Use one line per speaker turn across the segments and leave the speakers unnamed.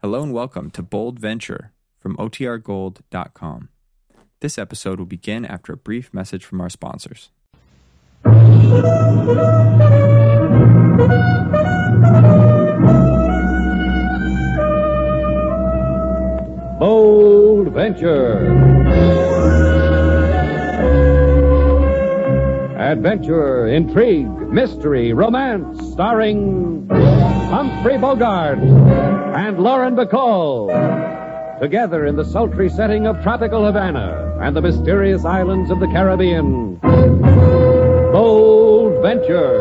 Hello and welcome to Bold Venture from OTRGold.com. This episode will begin after a brief message from our sponsors.
Bold Venture. Adventure, intrigue, mystery, romance, starring Humphrey Bogart and Lauren Bacall. Together in the sultry setting of tropical Havana and the mysterious islands of the Caribbean. Bold Venture.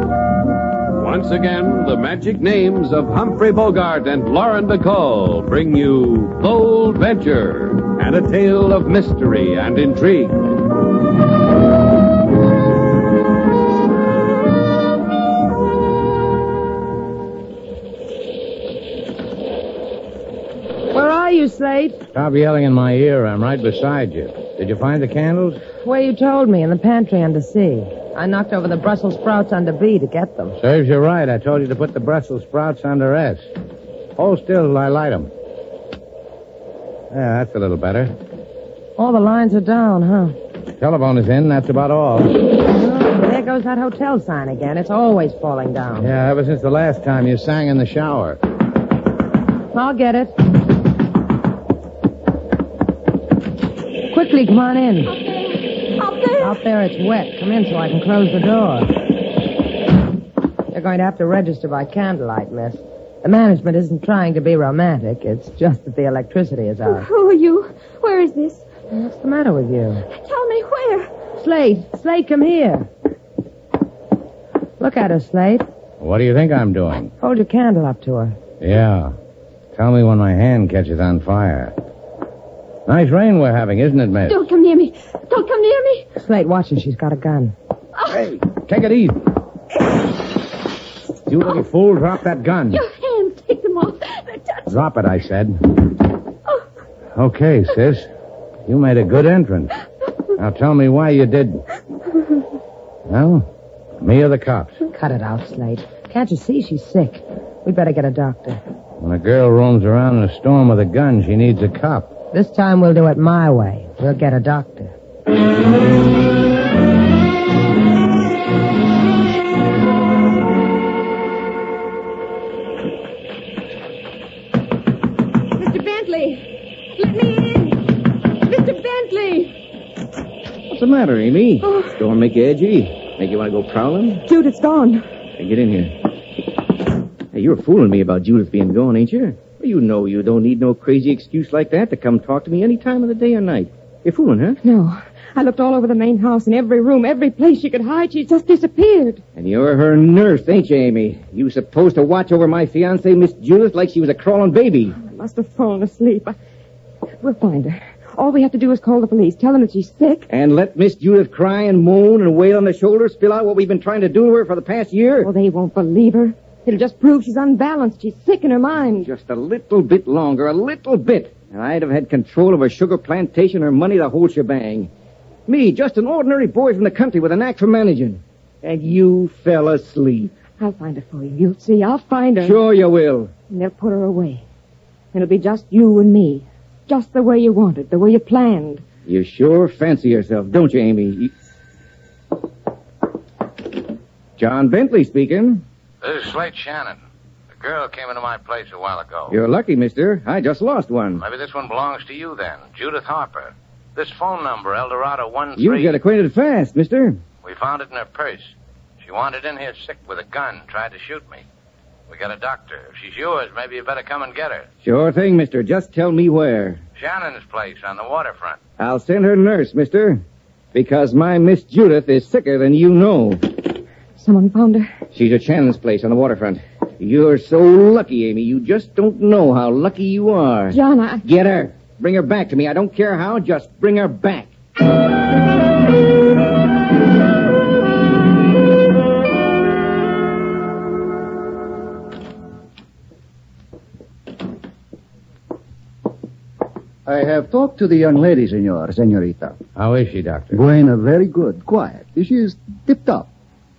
Once again, the magic names of Humphrey Bogart and Lauren Bacall bring you Bold Venture and a tale of mystery and intrigue.
Where are you, Slate?
Stop yelling in my ear. I'm right beside you. Did you find the candles?
Where you told me, in the pantry under C. I knocked over the Brussels sprouts under B to get them.
Serves you right. I told you to put the Brussels sprouts under S. Hold still till I light 'em. Yeah, that's a little better.
All the lines are down, huh?
Telephone is in. That's about all.
Oh, there goes that hotel sign again. It's always falling down.
Yeah, ever since the last time you sang in the shower.
I'll get it. Quickly, come on in.
Up there.
Out there it's wet. Come in so I can close the door. You're going to have to register by candlelight, miss. The management isn't trying to be romantic. It's just that the electricity is out.
Who are you? Where is this?
What's the matter with you?
Tell me where.
Slate, Slate, come here. Look at her, Slate.
What do you think I'm doing?
Hold your candle up to her.
Yeah. Tell me when my hand catches on fire. Nice rain we're having, isn't it, miss?
Don't come near me. Don't come near me.
Slate, watch her. She's got a gun.
Hey, take it easy. You little fool, drop that gun.
Your hands. Take them off. They're touching.
Drop it, I said. Okay, sis. You made a good entrance. Now tell me why you did. Well, me or the cops?
Cut it out, Slate. Can't you see she's sick? We better get a doctor.
When a girl roams around in a storm with a gun, she needs a cop.
This time we'll do it my way. We'll get a doctor.
Mr. Bentley. Let me in. Mr. Bentley.
What's the matter, Amy? Storm make you edgy? Make you want to go prowling?
Jude, it's gone.
Hey, get in here. Hey, you're fooling me about Judith being gone, ain't you? Well, you know you don't need no crazy excuse like that to come talk to me any time of the day or night. You're fooling, huh?
No. I looked all over the main house in every room, every place she could hide. She's just disappeared.
And you're her nurse, ain't you, Amy? You supposed to watch over my fiancée, Miss Judith, like she was a crawling baby.
I must have fallen asleep. I... We'll find her. All we have to do is call the police. Tell them that she's sick.
And let Miss Judith cry and moan and wail on the shoulder, spill out what we've been trying to do to her for the past year.
Well, they won't believe her. It'll just prove she's unbalanced. She's sick in her mind.
Just a little bit longer, a little bit, and I'd have had control of her sugar plantation, her money, the whole shebang. Me, just an ordinary boy from the country with a knack for managing. And you fell asleep.
I'll find her for you. You'll see. I'll find her.
Sure you will.
And they'll put her away. It'll be just you and me. Just the way you wanted, the way you planned.
You sure fancy yourself, don't you, Amy? You- John Bentley speaking.
This is Slate Shannon. The girl came into my place a while ago.
You're lucky, mister. I just lost one.
Maybe this one belongs to you then. Judith Harper. This phone number, Eldorado 13.
You get acquainted fast, mister.
We found it in her purse. She wandered in here sick with a gun, tried to shoot me. We got a doctor. If she's yours, maybe you better come and get her.
Sure thing, mister. Just tell me where.
Shannon's place on the waterfront.
I'll send her nurse, mister. Because my Miss Judith is sicker than you know.
Someone found her.
She's at Shannon's place on the waterfront. You're so lucky, Amy. You just don't know how lucky you are.
John, I.
Get her. Bring her back to me. I don't care how, just bring her back.
I have talked to the young lady, senor, senorita.
How is she, Doctor?
Buena, very good, quiet. She is tip-top.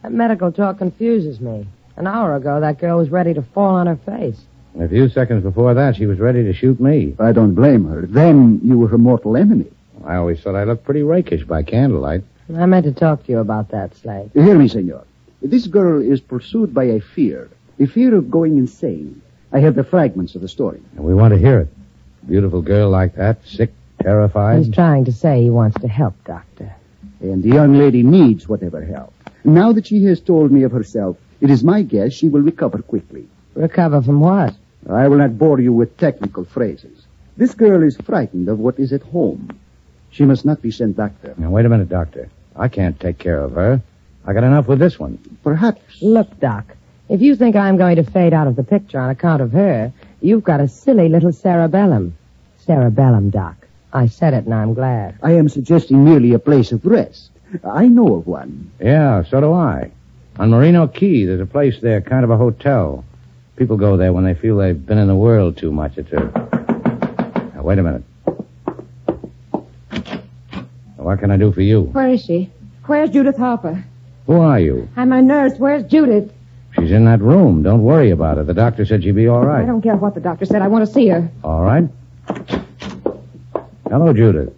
That medical talk confuses me. An hour ago, that girl was ready to fall on her face.
A few seconds before that, she was ready to shoot me.
I don't blame her. Then you were her mortal enemy.
I always thought I looked pretty rakish by candlelight.
I meant to talk to you about that, Slade.
Hear me, senor. This girl is pursued by a fear, a fear of going insane. I have the fragments of the story.
And we want to hear it. Beautiful girl like that, sick, terrified.
He's trying to say he wants to help, Doctor.
Mm. And the young lady needs whatever help. Now that she has told me of herself, it is my guess she will recover quickly.
Recover from what?
I will not bore you with technical phrases. This girl is frightened of what is at home. She must not be sent back there.
Now, wait a minute, Doctor. I can't take care of her. I got enough with this one.
Perhaps.
Look, Doc, if you think I'm going to fade out of the picture on account of her, you've got a silly little cerebellum. Cerebellum, Doc. I said it, and I'm glad.
I am suggesting merely a place of rest. I know of one.
Yeah, so do I. On Marino Key, there's a place there, kind of a hotel. People go there when they feel they've been in the world too much. It's a. Now, wait a minute. Now, What can I do for you?
Where is she? Where's Judith Harper?
Who are you?
I'm a nurse. Where's Judith?
She's in that room. Don't worry about her. The doctor said she'd be all
I
right.
don't care what the doctor said. I want to see her.
All right. Hello, Judith.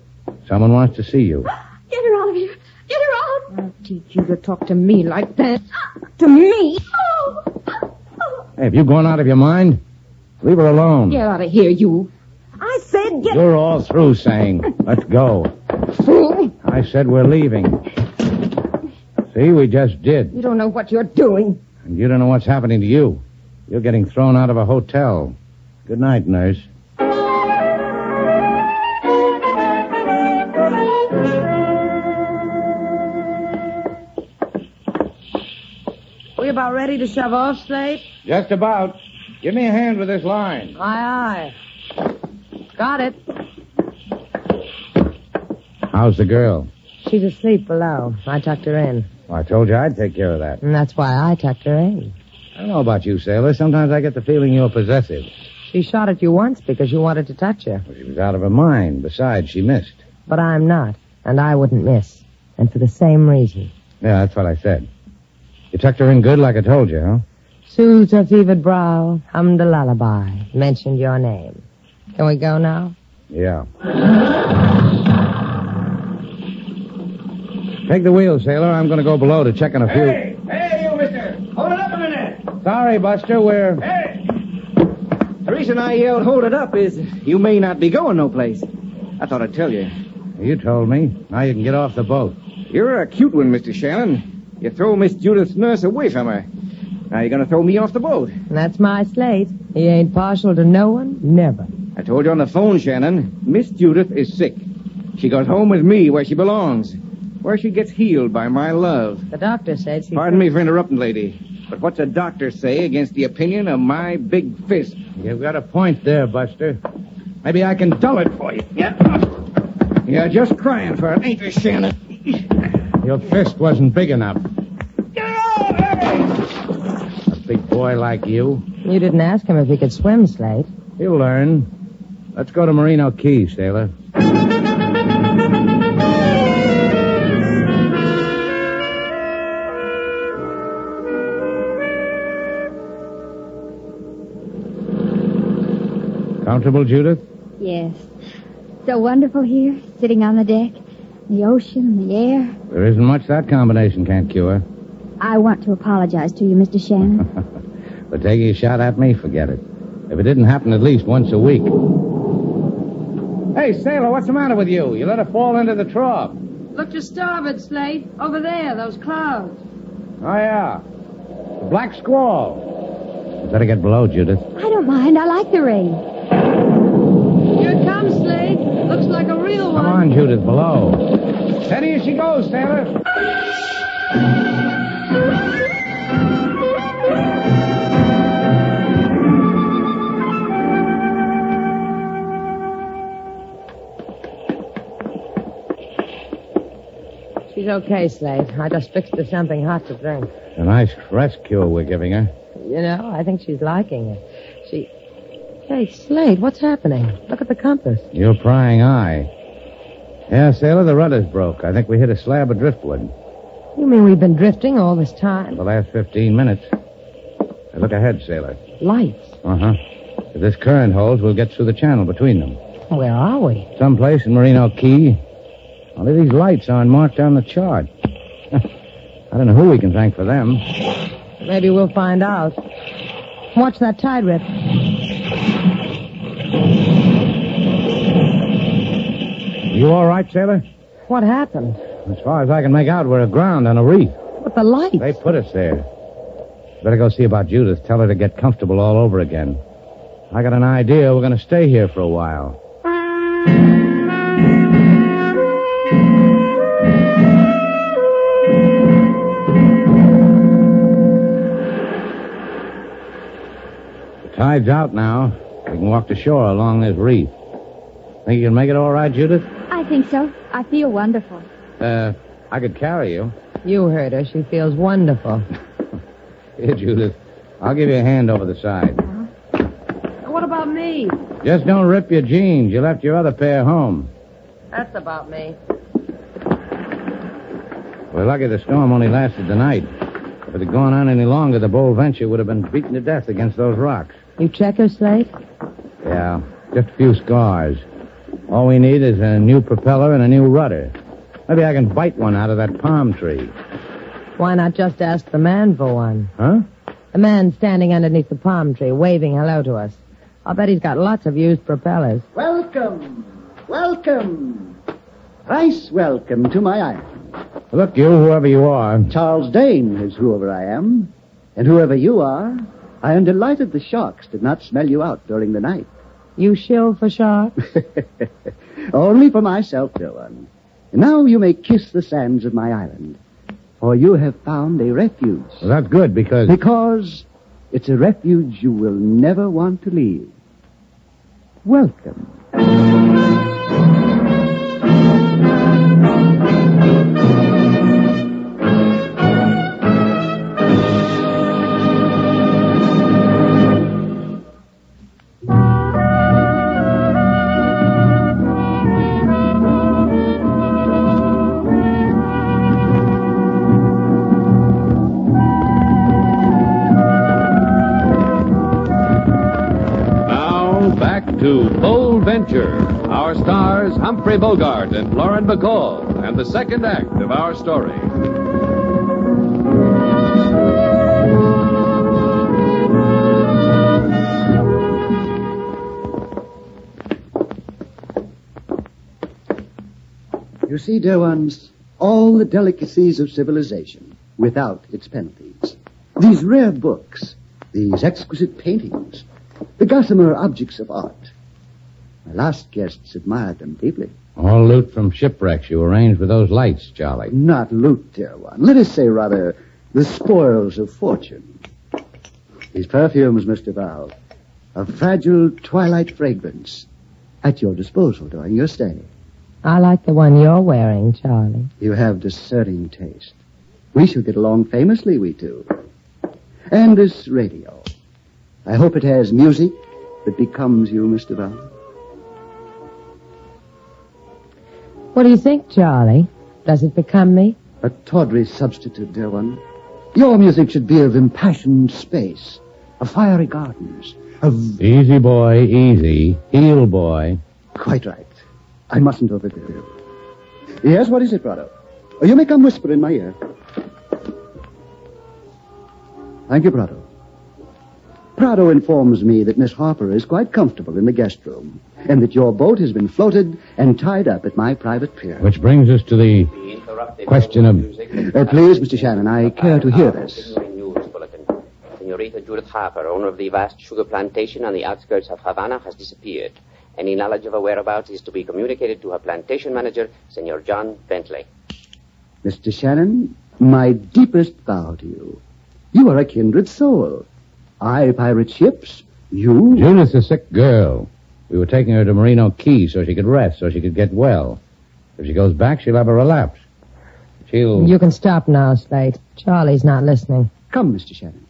Someone wants to see you.
Get her out of here. Get her out. I'll teach you to talk to me like that. To me?
Hey, have you gone out of your mind? Leave her alone.
Get out of here, you. I said get
You're all through saying, let's go.
fool.
I said we're leaving. See, we just did.
You don't know what you're doing.
And you don't know what's happening to you. You're getting thrown out of a hotel. Good night, nurse.
We about ready to shove off, Slade?
Just about. Give me a hand with this line.
Aye, aye. Got it.
How's the girl?
She's asleep below. I tucked her in.
Well, I told you I'd take care of that.
And that's why I tucked her in.
I don't know about you, sailor. Sometimes I get the feeling you're possessive.
She shot at you once because you wanted to touch her.
Well, she was out of her mind. Besides, she missed.
But I'm not, and I wouldn't miss. And for the same reason.
Yeah, that's what I said. You tucked her in good like I told you, huh?
Soothed her fevered brow, hummed a lullaby, mentioned your name. Can we go now?
Yeah. Take the wheel, sailor. I'm going to go below to check on a few.
Hey, hey, you, mister. Hold it up a minute.
Sorry, Buster. We're.
Hey! The reason I yelled, hold it up, is you may not be going no place. I thought I'd tell you.
You told me. Now you can get off the boat.
You're a cute one, Mr. Shannon. You throw Miss Judith's nurse away from her. Now you're going to throw me off the boat.
And that's my slate. He ain't partial to no one, never.
I told you on the phone, Shannon. Miss Judith is sick. She goes home with me where she belongs, where she gets healed by my love.
The doctor said she.
Pardon me for interrupting, lady. But what's a doctor say against the opinion of my big fist?
You've got a point there, Buster. Maybe I can dull it for you.
You're just crying for it, ain't you, Shannon?
Your fist wasn't big enough. A big boy like you.
You didn't ask him if he could swim, Slate.
He'll learn. Let's go to Merino Key, sailor. Comfortable, Judith?
Yes. So wonderful here, sitting on the deck, the ocean, the air.
There isn't much that combination can't cure.
I want to apologize to you, Mr. Shannon.
But taking a shot at me, forget it. If it didn't happen at least once a week. Hey, sailor, what's the matter with you? You let her fall into the trough.
Look to starboard, Slade. Over there, those clouds.
Oh, yeah. The black squall. Better get below, Judith.
I don't mind. I like the rain.
Here it comes, Slade. Looks like a real one.
Come on, Judith, below. Steady as she goes, sailor.
She's okay, Slate. I just fixed her something hot to drink.
A nice rescue we're giving her.
You know, I think she's liking it. She. Hey, Slade, what's happening? Look at the compass.
Your prying eye. Yeah, sailor, the rudder's broke. I think we hit a slab of driftwood.
You mean we've been drifting all this time?
The last 15 minutes. Now look ahead, sailor.
Lights.
Uh huh. If this current holds, we'll get through the channel between them.
Where are we?
Someplace in Merino Key. Only these lights aren't marked on the chart. I don't know who we can thank for them.
Maybe we'll find out. Watch that tide rip.
You all right, sailor?
What happened?
As far as I can make out, we're aground on a reef.
But the lights.
They put us there. Better go see about Judith. Tell her to get comfortable all over again. I got an idea. We're going to stay here for a while. The tide's out now. We can walk to shore along this reef. Think you can make it all right, Judith?
I think so. I feel wonderful.
Uh, I could carry you.
You heard her. She feels wonderful.
Here, Judith. I'll give you a hand over the side.
Uh-huh. What about me?
Just don't rip your jeans. You left your other pair home.
That's about me.
We're lucky the storm only lasted the night. If it had gone on any longer, the Bold Venture would have been beaten to death against those rocks.
You check her, Slate?
Yeah, just a few scars. All we need is a new propeller and a new rudder. Maybe I can bite one out of that palm tree.
Why not just ask the man for one?
Huh?
The man standing underneath the palm tree, waving hello to us. I'll bet he's got lots of used propellers.
Welcome, welcome. Rice, welcome to my island.
Look, you, whoever you are.
Charles Dane is whoever I am. And whoever you are, I am delighted the sharks did not smell you out during the night.
You shill for sharks?
Only for myself, dear one. And now you may kiss the sands of my island, for you have found a refuge.
Well, that's good because.
Because it's a refuge you will never want to leave. Welcome.
Now, back to Bold Venture. Our stars, Humphrey Bogart and Lauren Bacall, and the second act of our story.
You see, dear ones, all the delicacies of civilization without its penalties. These rare books, these exquisite paintings, the gossamer objects of art. My last guests admired them deeply.
All loot from shipwrecks you arranged with those lights, Charlie.
Not loot, dear one. Let us say, rather, the spoils of fortune. These perfumes, Mr. Val, a fragile twilight fragrance at your disposal during your stay.
I like the one you're wearing, Charlie.
You have discerning taste. We shall get along famously, we two. And this radio. I hope it has music that becomes you, Mr. Val.
What do you think, Charlie? Does it become me?
A tawdry substitute, dear one. Your music should be of impassioned space, of fiery gardens, of...
Easy, boy, easy. Heel, boy.
Quite right. I mustn't overdo you. Yes, what is it, brother? Oh, you may come whisper in my ear. Thank you, Prado. Prado informs me that Miss Harper is quite comfortable in the guest room, and that your boat has been floated and tied up at my private pier.
Which brings us to the question of.
Uh, please, Mr. Shannon, I care to hear this.
News bulletin. Senorita Judith Harper, owner of the vast sugar plantation on the outskirts of Havana, has disappeared. Any knowledge of her whereabouts is to be communicated to her plantation manager, Senor John Bentley.
Mr. Shannon, my deepest bow to you. You are a kindred soul. I pirate ships, you.
Judith's a sick girl. We were taking her to Merino Key so she could rest, so she could get well. If she goes back, she'll have a relapse. She'll.
You can stop now, Slate. Charlie's not listening.
Come, Mr. Shannon.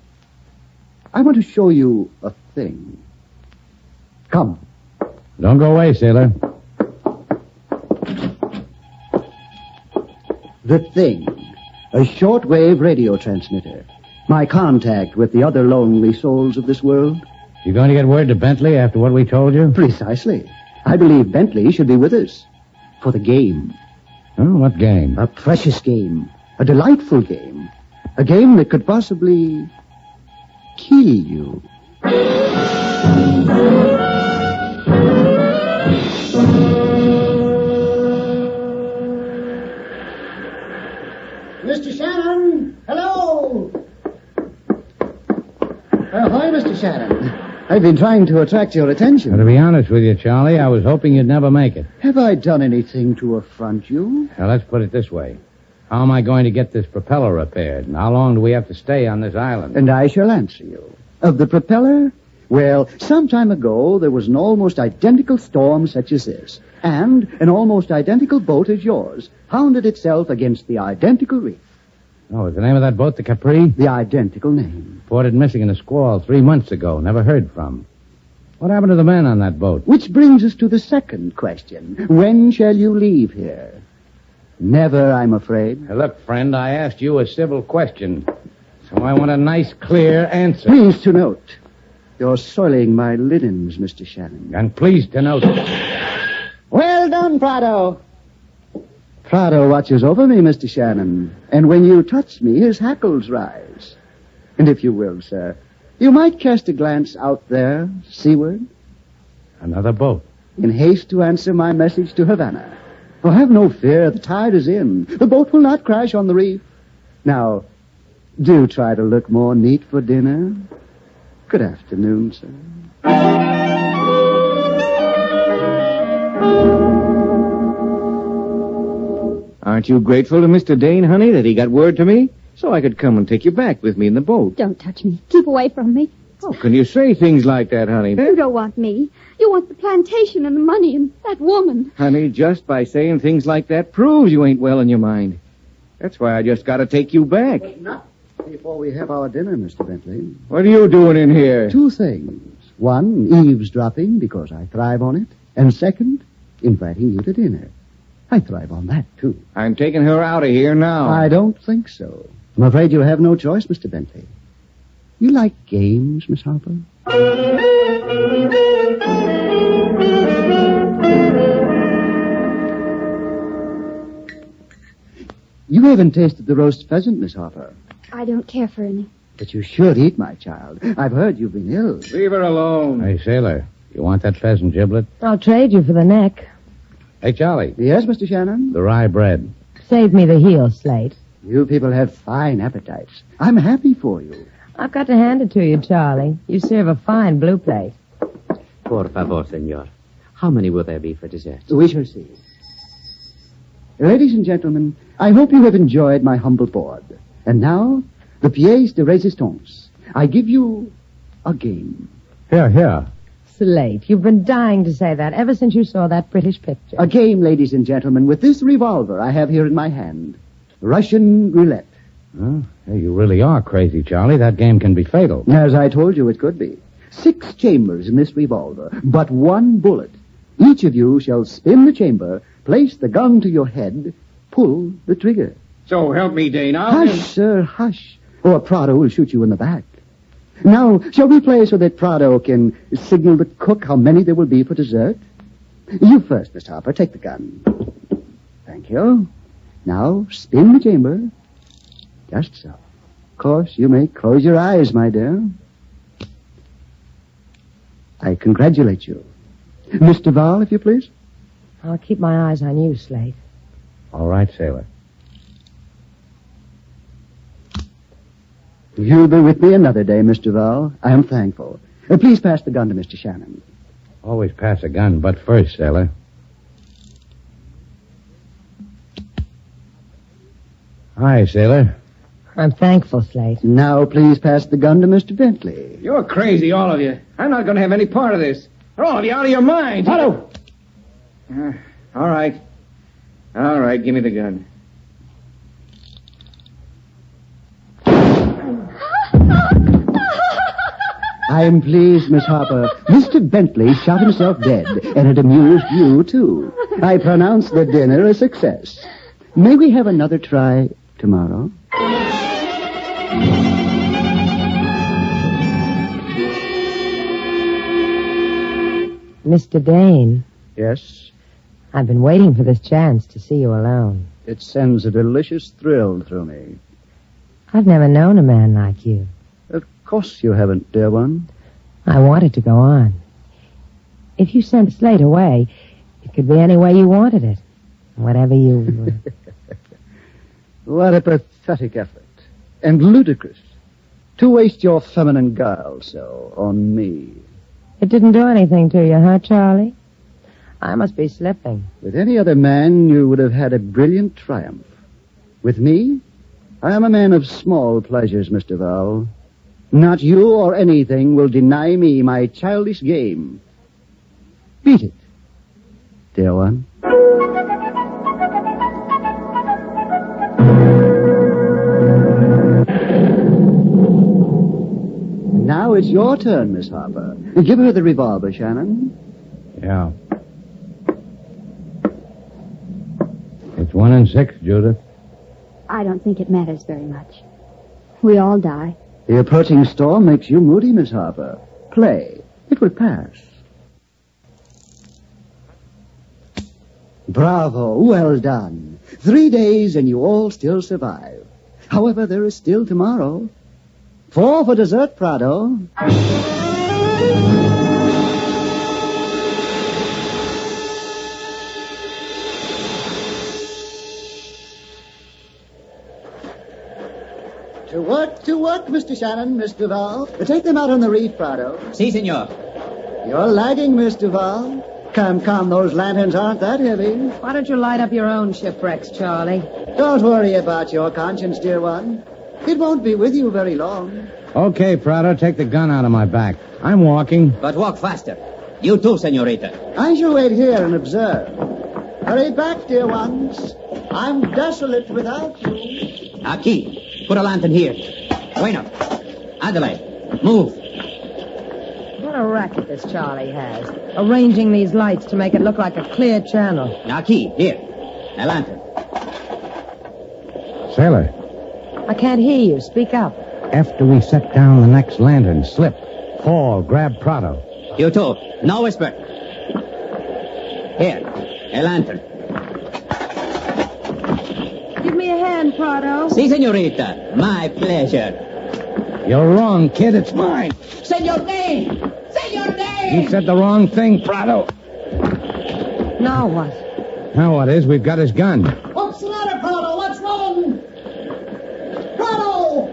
I want to show you a thing. Come.
Don't go away, sailor.
The thing. A shortwave radio transmitter. My contact with the other lonely souls of this world.
You going to get word to Bentley after what we told you?
Precisely. I believe Bentley should be with us. For the game.
Oh, what game?
A precious game. A delightful game. A game that could possibly kill you.
Mr. Shannon, hello. Uh, hi, Mr. Shannon.
I've been trying to attract your attention.
Now, to be honest with you, Charlie, I was hoping you'd never make it.
Have I done anything to affront you?
Now, let's put it this way. How am I going to get this propeller repaired? And how long do we have to stay on this island?
And I shall answer you. Of the propeller? Well, some time ago, there was an almost identical storm such as this, and an almost identical boat as yours pounded itself against the identical reef.
Oh, is the name of that boat the Capri?
The identical name.
Reported missing in a squall three months ago. Never heard from. What happened to the man on that boat?
Which brings us to the second question. When shall you leave here? Never, I'm afraid.
Now, look, friend, I asked you a civil question, so I want a nice, clear answer.
Please to note, you're soiling my linens, Mr. Shannon.
And please to note.
Well done, Prado.
Prado watches over me, Mr. Shannon, and when you touch me, his hackles rise. And if you will, sir, you might cast a glance out there, seaward,
Another boat.
in haste to answer my message to Havana. Oh, have no fear, the tide is in. The boat will not crash on the reef. Now, do try to look more neat for dinner. Good afternoon, sir.
Aren't you grateful to Mr. Dane, honey, that he got word to me? So I could come and take you back with me in the boat.
Don't touch me. Keep away from me.
How can you say things like that, honey?
You don't want me. You want the plantation and the money and that woman.
Honey, just by saying things like that proves you ain't well in your mind. That's why I just gotta take you back.
Not before we have our dinner, Mr. Bentley.
What are you doing in here?
Two things. One, eavesdropping, because I thrive on it. And second, inviting you to dinner. I thrive on that, too.
I'm taking her out of here now.
I don't think so. Oh. I'm afraid you have no choice, Mr. Bentley. You like games, Miss Harper? You haven't tasted the roast pheasant, Miss Harper,
I don't care for any.
but you should eat, my child. I've heard you've been ill.
Leave her alone.
Hey, sailor, you want that pheasant giblet?
I'll trade you for the neck.
Hey, Charlie,
Yes, Mr. Shannon?
the rye bread.
Save me the heel, Slate.
You people have fine appetites. I'm happy for you.
I've got to hand it to you, Charlie. You serve a fine blue plate.
Por favor, senor. How many will there be for dessert?
We shall see. Ladies and gentlemen, I hope you have enjoyed my humble board. And now, the pièce de résistance. I give you a game.
Here, here.
Slate, you've been dying to say that ever since you saw that British picture.
A game, ladies and gentlemen, with this revolver I have here in my hand. Russian roulette.
Huh? Hey, you really are crazy, Charlie. That game can be fatal.
As I told you it could be. Six chambers in this revolver, but one bullet. Each of you shall spin the chamber, place the gun to your head, pull the trigger.
So help me, Dane. I'll...
Hush, sir, hush, or Prado will shoot you in the back. Now, shall we play so that Prado can signal the cook how many there will be for dessert? You first, Miss Harper. Take the gun. Thank you. Now, spin the chamber. Just so. Of course, you may close your eyes, my dear. I congratulate you. Miss Duval, if you please.
I'll keep my eyes on you, Slate.
All right, sailor.
You'll be with me another day, Miss Duval. I am thankful. Uh, please pass the gun to Mr. Shannon.
Always pass a gun, but first, sailor. Hi, sailor.
I'm thankful, Slate.
Now, please pass the gun to Mr. Bentley.
You're crazy, all of you. I'm not going to have any part of this. Are all of you out of your mind?
Otto!
Uh, all right. All right, give me the gun. I'm pleased, Miss Harper. Mr. Bentley shot himself dead, and it amused you, too. I pronounce the dinner a success. May we have another try tomorrow?
Mr. Dane,
Yes,
I've been waiting for this chance to see you alone.
it sends a delicious thrill through me.
I've never known a man like you.
Of course you haven't, dear one.
I wanted to go on. If you sent Slate away, it could be any way you wanted it. Whatever you.
What a pathetic effort. And ludicrous. To waste your feminine guile so on me.
it didn't do anything to you, huh, Charlie? I must be slipping.
With any other man, you would have had a brilliant triumph. With me, I am a man of small pleasures, Mr. Val. Not you or anything will deny me my childish game. Beat it, dear one. Now it's your turn, Miss Harper. Give her the revolver, Shannon.
Yeah. It's one and six, Judith.
I don't think it matters very much. We all die.
The approaching storm makes you moody, Miss Harper. Play. It will pass. Bravo. Well done. Three days and you all still survive. However, there is still tomorrow. Four for dessert, Prado.
To work, to work, Mr. Shannon, Miss Duval.
Take them out on the reef, Prado.
Si, senor.
You're lagging, Miss Duval. Come, come, those lanterns aren't that heavy.
Why don't you light up your own shipwrecks, Charlie?
Don't worry about your conscience, dear one. It won't be with you very long.
Okay, Prado, take the gun out of my back. I'm walking.
But walk faster. You too, senorita.
I shall wait here and observe. Hurry back, dear ones. I'm desolate without you.
Aquí, put a lantern here. Bueno. Adelaide, move.
What a racket this Charlie has. Arranging these lights to make it look like a clear channel.
Aquí, here. A lantern.
Sailor,
I can't hear you. Speak up.
after we set down the next lantern, slip, fall, grab Prado.
You too. No whisper. Here, a lantern.
Give me a hand, Prado.
Si, senorita. My pleasure.
You're wrong, kid. It's mine.
Say your name. Say your
You
name.
said the wrong thing, Prado.
Now what?
Now what is? We've got his gun.
What's the matter, Prado? What's wrong? Prado!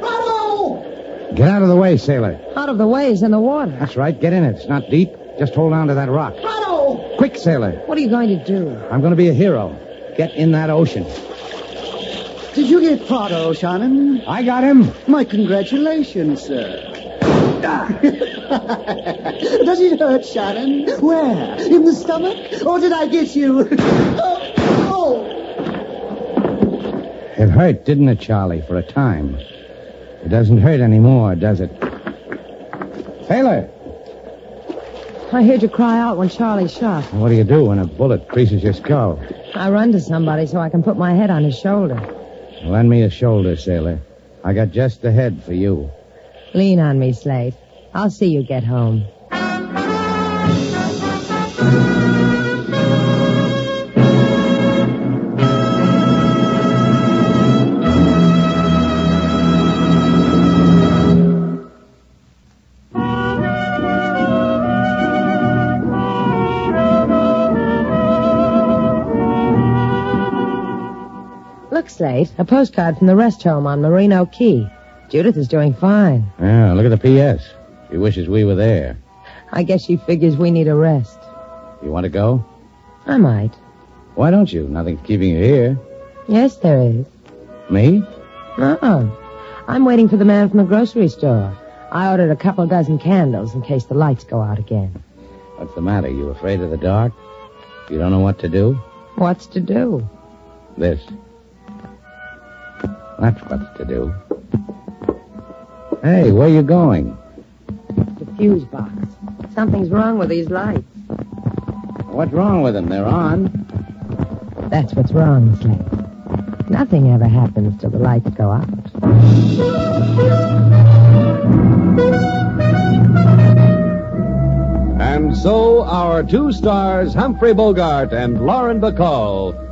Prado!
Get out of the way, sailor.
Out of the ways in the water.
That's right. Get in it. It's not deep. Just hold on to that rock.
Prado!
Quick, sailor.
What are you going to do?
I'm going to be a hero. Get in that ocean.
Did you get Prado, Shannon?
I got him.
My congratulations, sir. Does it hurt, Shannon? Where? In the stomach? Or did I get you? oh, oh.
It hurt, didn't it, Charlie, for a time? It doesn't hurt anymore, does it? Sailor,
I heard you cry out when Charlie shot.
what do you do when a bullet creases your skull?
I run to somebody so I can put my head on his shoulder.
Lend me a shoulder, sailor. I got just the head for you.
Lean on me, Slate. I'll see you get home. Look, Slate, a postcard from the rest home on Merino Key. Judith is doing fine.
Yeah, look at the P.S. She wishes we were there.
I guess she figures we need a rest.
You want to go?
I might.
Why don't you? Nothing's keeping you here.
Yes, there is.
Me?
Uh-oh. I'm waiting for the man from the grocery store. I ordered a couple dozen candles in case the lights go out again.
What's the matter? You afraid of the dark? You don't know what to do?
What's to do?
This. That's what's to do.
Hey, where you going?
The fuse box. Something's wrong with these lights.
What's wrong with them? They're on.
That's what's wrong, Slade. Nothing ever happens till the lights go out.
And so our two stars, Humphrey Bogart and Lauren Bacall,